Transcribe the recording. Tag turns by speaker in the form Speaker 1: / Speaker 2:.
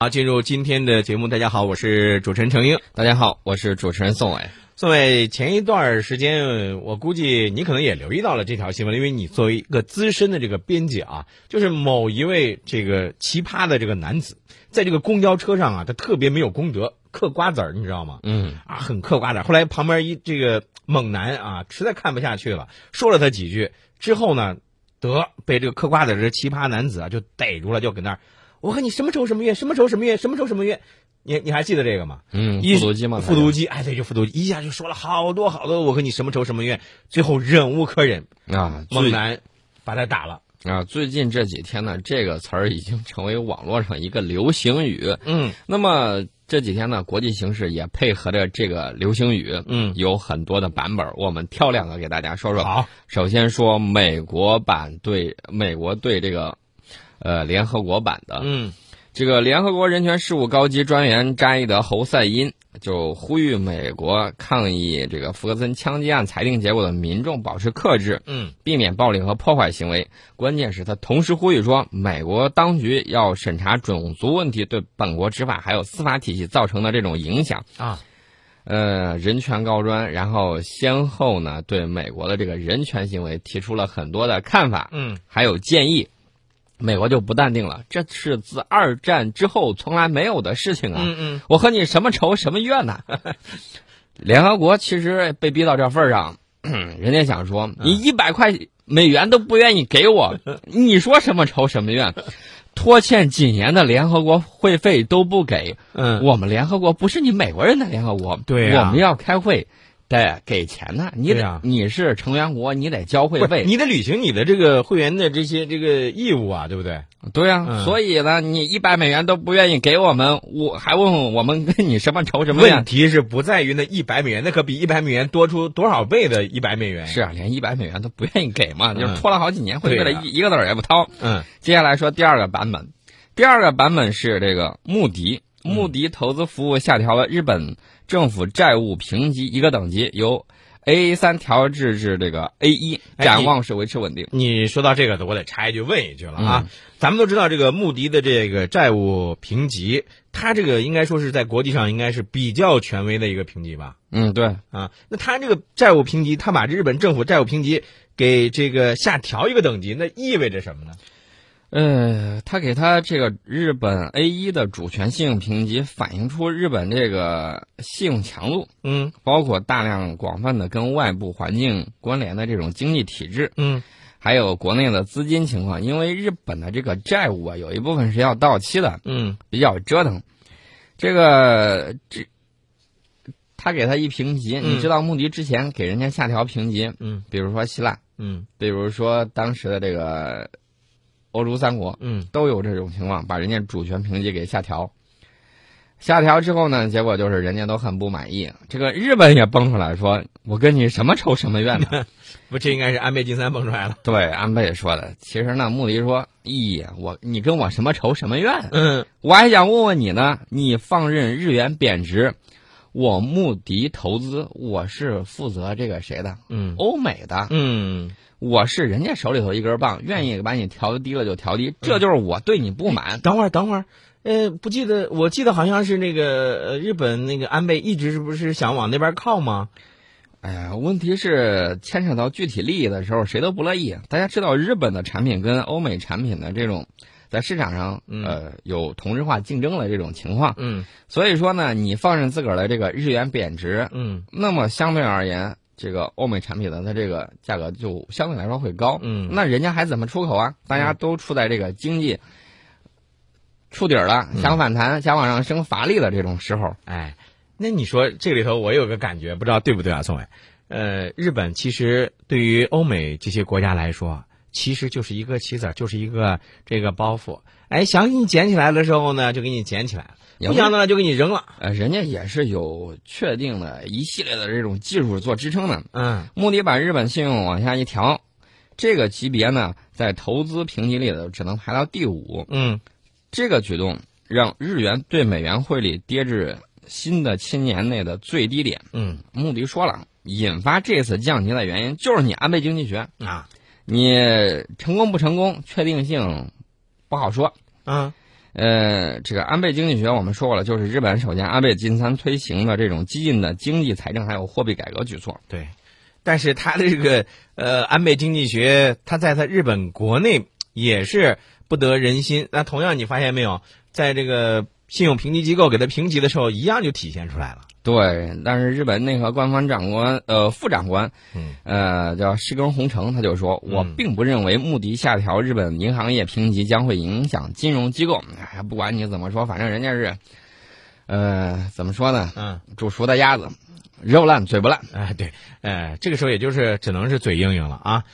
Speaker 1: 好，进入今天的节目。大家好，我是主持人程英。
Speaker 2: 大家好，我是主持人宋伟。
Speaker 1: 宋伟，前一段时间，我估计你可能也留意到了这条新闻，因为你作为一个资深的这个编辑啊，就是某一位这个奇葩的这个男子，在这个公交车上啊，他特别没有公德，嗑瓜子儿，你知道吗？
Speaker 2: 嗯，
Speaker 1: 啊，很嗑瓜子儿。后来旁边一这个猛男啊，实在看不下去了，说了他几句之后呢，得被这个嗑瓜子儿的奇葩男子啊就逮住了，就搁那儿，我和你什么时候什么月，什么时候什么月，什么时候什么月，你你还记得这个吗？
Speaker 2: 嗯，
Speaker 1: 一
Speaker 2: 复读机嘛，
Speaker 1: 复读机，哎，对，就复读机，一下就说了好多好多，我和你什么仇什么怨，最后忍无可忍，
Speaker 2: 啊，
Speaker 1: 猛
Speaker 2: 最
Speaker 1: 男把他打了。
Speaker 2: 啊，最近这几天呢，这个词儿已经成为网络上一个流行语。
Speaker 1: 嗯
Speaker 2: 那么这几天呢，国际形势也配合着这个流行语，
Speaker 1: 嗯，
Speaker 2: 有很多的版本，我们挑两个给大家说说。
Speaker 1: 好，
Speaker 2: 首先说美国版对美国对这个，呃，联合国版的，
Speaker 1: 嗯
Speaker 2: 这个联合国人权事务高级专员扎伊德·侯赛因就呼吁美国抗议这个福克森枪击案裁定结果的民众保持克制，
Speaker 1: 嗯
Speaker 2: 避免暴力和破坏行为。关键是他同时呼吁说，美国当局要审查种族问题对本国执法还有司法体系造成的这种影响。
Speaker 1: 啊，
Speaker 2: 呃，人权高专，然后先后呢对美国的这个人权行为提出了很多的看法。
Speaker 1: 嗯
Speaker 2: 还有建议，美国就不淡定了。这是自二战之后从来没有的事情啊！
Speaker 1: 嗯嗯，
Speaker 2: 我和你什么仇什么怨呐？ 联合国其实被逼到这份儿上， 人家想
Speaker 1: 嗯
Speaker 2: 说你一百块美元都不愿意给我， 你说什么仇什么怨？拖欠几年的联合国会费都不给，
Speaker 1: 嗯，
Speaker 2: 我们联合国不是你美国人的联合国，
Speaker 1: 对呀
Speaker 2: 我们要开会得给钱呐、你
Speaker 1: 对
Speaker 2: 得、
Speaker 1: 呀
Speaker 2: 你是成员国，你得交会
Speaker 1: 不
Speaker 2: 费
Speaker 1: 是，。你得履行你的这个会员的这些这个义务啊，对不对？
Speaker 2: 对呀、
Speaker 1: 嗯
Speaker 2: 所以呢，你一百美元都不愿意给我们，我还问问我们跟你什么仇什么
Speaker 1: 问
Speaker 2: 怨？
Speaker 1: 题是不在于那一百美元，那可比一百美元多出多少倍的一百美元？
Speaker 2: 是，啊，连一百美元都不愿意给嘛，
Speaker 1: 嗯
Speaker 2: 就是拖了好几年，会费
Speaker 1: 对
Speaker 2: 了
Speaker 1: 呀
Speaker 2: 一一个子儿也不掏。
Speaker 1: 嗯
Speaker 2: 接下来说第二个版本，第二个版本是这个穆迪，
Speaker 1: 嗯
Speaker 2: 穆迪投资服务下调了日本政府债务评级一个等级，由 A 三调至至这个 A 一，
Speaker 1: 哎
Speaker 2: 展
Speaker 1: 你
Speaker 2: 望是维持稳定。
Speaker 1: 你说到这个的，我得插一句问一句了啊。
Speaker 2: 嗯
Speaker 1: 咱们都知道这个穆迪的这个债务评级，它这个应该说是在国际上应该是比较权威的一个评级吧？
Speaker 2: 嗯，对，
Speaker 1: 啊，那它这个债务评级，它把日本政府债务评级给这个下调一个等级，那意味着什么呢？
Speaker 2: 呃，他给他这个日本 A 一的主权信用评级，反映出日本这个信用强度，
Speaker 1: 嗯
Speaker 2: 包括大量广泛的跟外部环境关联的这种经济体制，
Speaker 1: 嗯
Speaker 2: 还有国内的资金情况。因为日本的这个债务啊，有一部分是要到期的，
Speaker 1: 嗯
Speaker 2: 比较折腾。这个这，他给他一评级，
Speaker 1: 嗯
Speaker 2: 你知道穆迪之前给人家下调评级，
Speaker 1: 嗯
Speaker 2: 比如说希腊，
Speaker 1: 嗯
Speaker 2: 比如说当时的这个欧洲三国，
Speaker 1: 嗯
Speaker 2: 都有这种情况，把人家主权评级给下调。下调之后呢，结果就是人家都很不满意。这个日本也蹦出来说：“我跟你什么仇什么怨呢
Speaker 1: 不，这应该是安倍晋三蹦出来了。？”
Speaker 2: 对，安倍说的。其实呢，穆迪说：“咦，我你跟我什么仇什么怨？
Speaker 1: 嗯
Speaker 2: 我还想问问你呢，你放任日元贬值，我穆迪投资，我是负责这个谁的？
Speaker 1: 嗯
Speaker 2: 欧美的，
Speaker 1: 嗯
Speaker 2: 我是人家手里头一根棒，愿意把你调低了就调低，这就是我对你不满。
Speaker 1: 等会儿，等会儿，呃，不记得，我记得好像是那个呃，日本那个安倍一直是不是想往那边靠吗？
Speaker 2: 哎呀，问题是牵扯到具体利益的时候，谁都不乐意。大家知道，日本的产品跟欧美产品的这种在市场上
Speaker 1: 嗯
Speaker 2: 呃有同质化竞争的这种情况，
Speaker 1: 嗯
Speaker 2: 所以说呢，你放任自个儿的这个日元贬值，
Speaker 1: 嗯
Speaker 2: 那么相对而言，这个欧美产品的它这个价格就相对来说会高。
Speaker 1: 嗯
Speaker 2: 那人家还怎么出口啊？大家都处在这个经济
Speaker 1: 嗯
Speaker 2: 触底儿了，想反弹、想往上升乏力的这种时候。
Speaker 1: 哎，那你说这里头我有个感觉，不知道对不对啊，宋伟？呃，日本其实对于欧美这些国家来说，其实就是一个棋子儿，就是一个这个包袱。哎，想给你捡起来的时候呢，就给你捡起来了；
Speaker 2: 也
Speaker 1: 不
Speaker 2: 不
Speaker 1: 想呢，就给你扔了。
Speaker 2: 呃，人家也是有确定的一系列的这种技术做支撑的。
Speaker 1: 嗯
Speaker 2: 目的把日本信用往下一调，这个级别呢，在投资评级里头只能排到第五。
Speaker 1: 嗯
Speaker 2: 这个举动让日元对美元汇率跌至新的七年内的最低点。
Speaker 1: 嗯
Speaker 2: 穆迪说了，引发这次降级的原因就是你安倍经济学，
Speaker 1: 啊
Speaker 2: 你成功不成功，确定性不好说。
Speaker 1: 啊
Speaker 2: 呃，这个安倍经济学我们说过了，就是日本首相安倍晋三推行的这种激进的经济、财政还有货币改革举措。
Speaker 1: 对，但是他的这个呃安倍经济学，他在他日本国内也是不得人心。那同样，你发现没有，在这个信用评级机构给他评级的时候，一样就体现出来了。
Speaker 2: 对，但是日本内阁官方长官呃副长官，
Speaker 1: 嗯
Speaker 2: 呃叫石根宏成，他就说，我
Speaker 1: 嗯
Speaker 2: 并不认为穆迪下调日本银行业评级将会影响金融机构。哎，不管你怎么说，反正人家是，呃，怎么说呢，
Speaker 1: 嗯，
Speaker 2: 煮熟的鸭子，肉烂嘴不烂。
Speaker 1: 呃哎、对，哎、这个时候也就是只能是嘴硬硬了啊。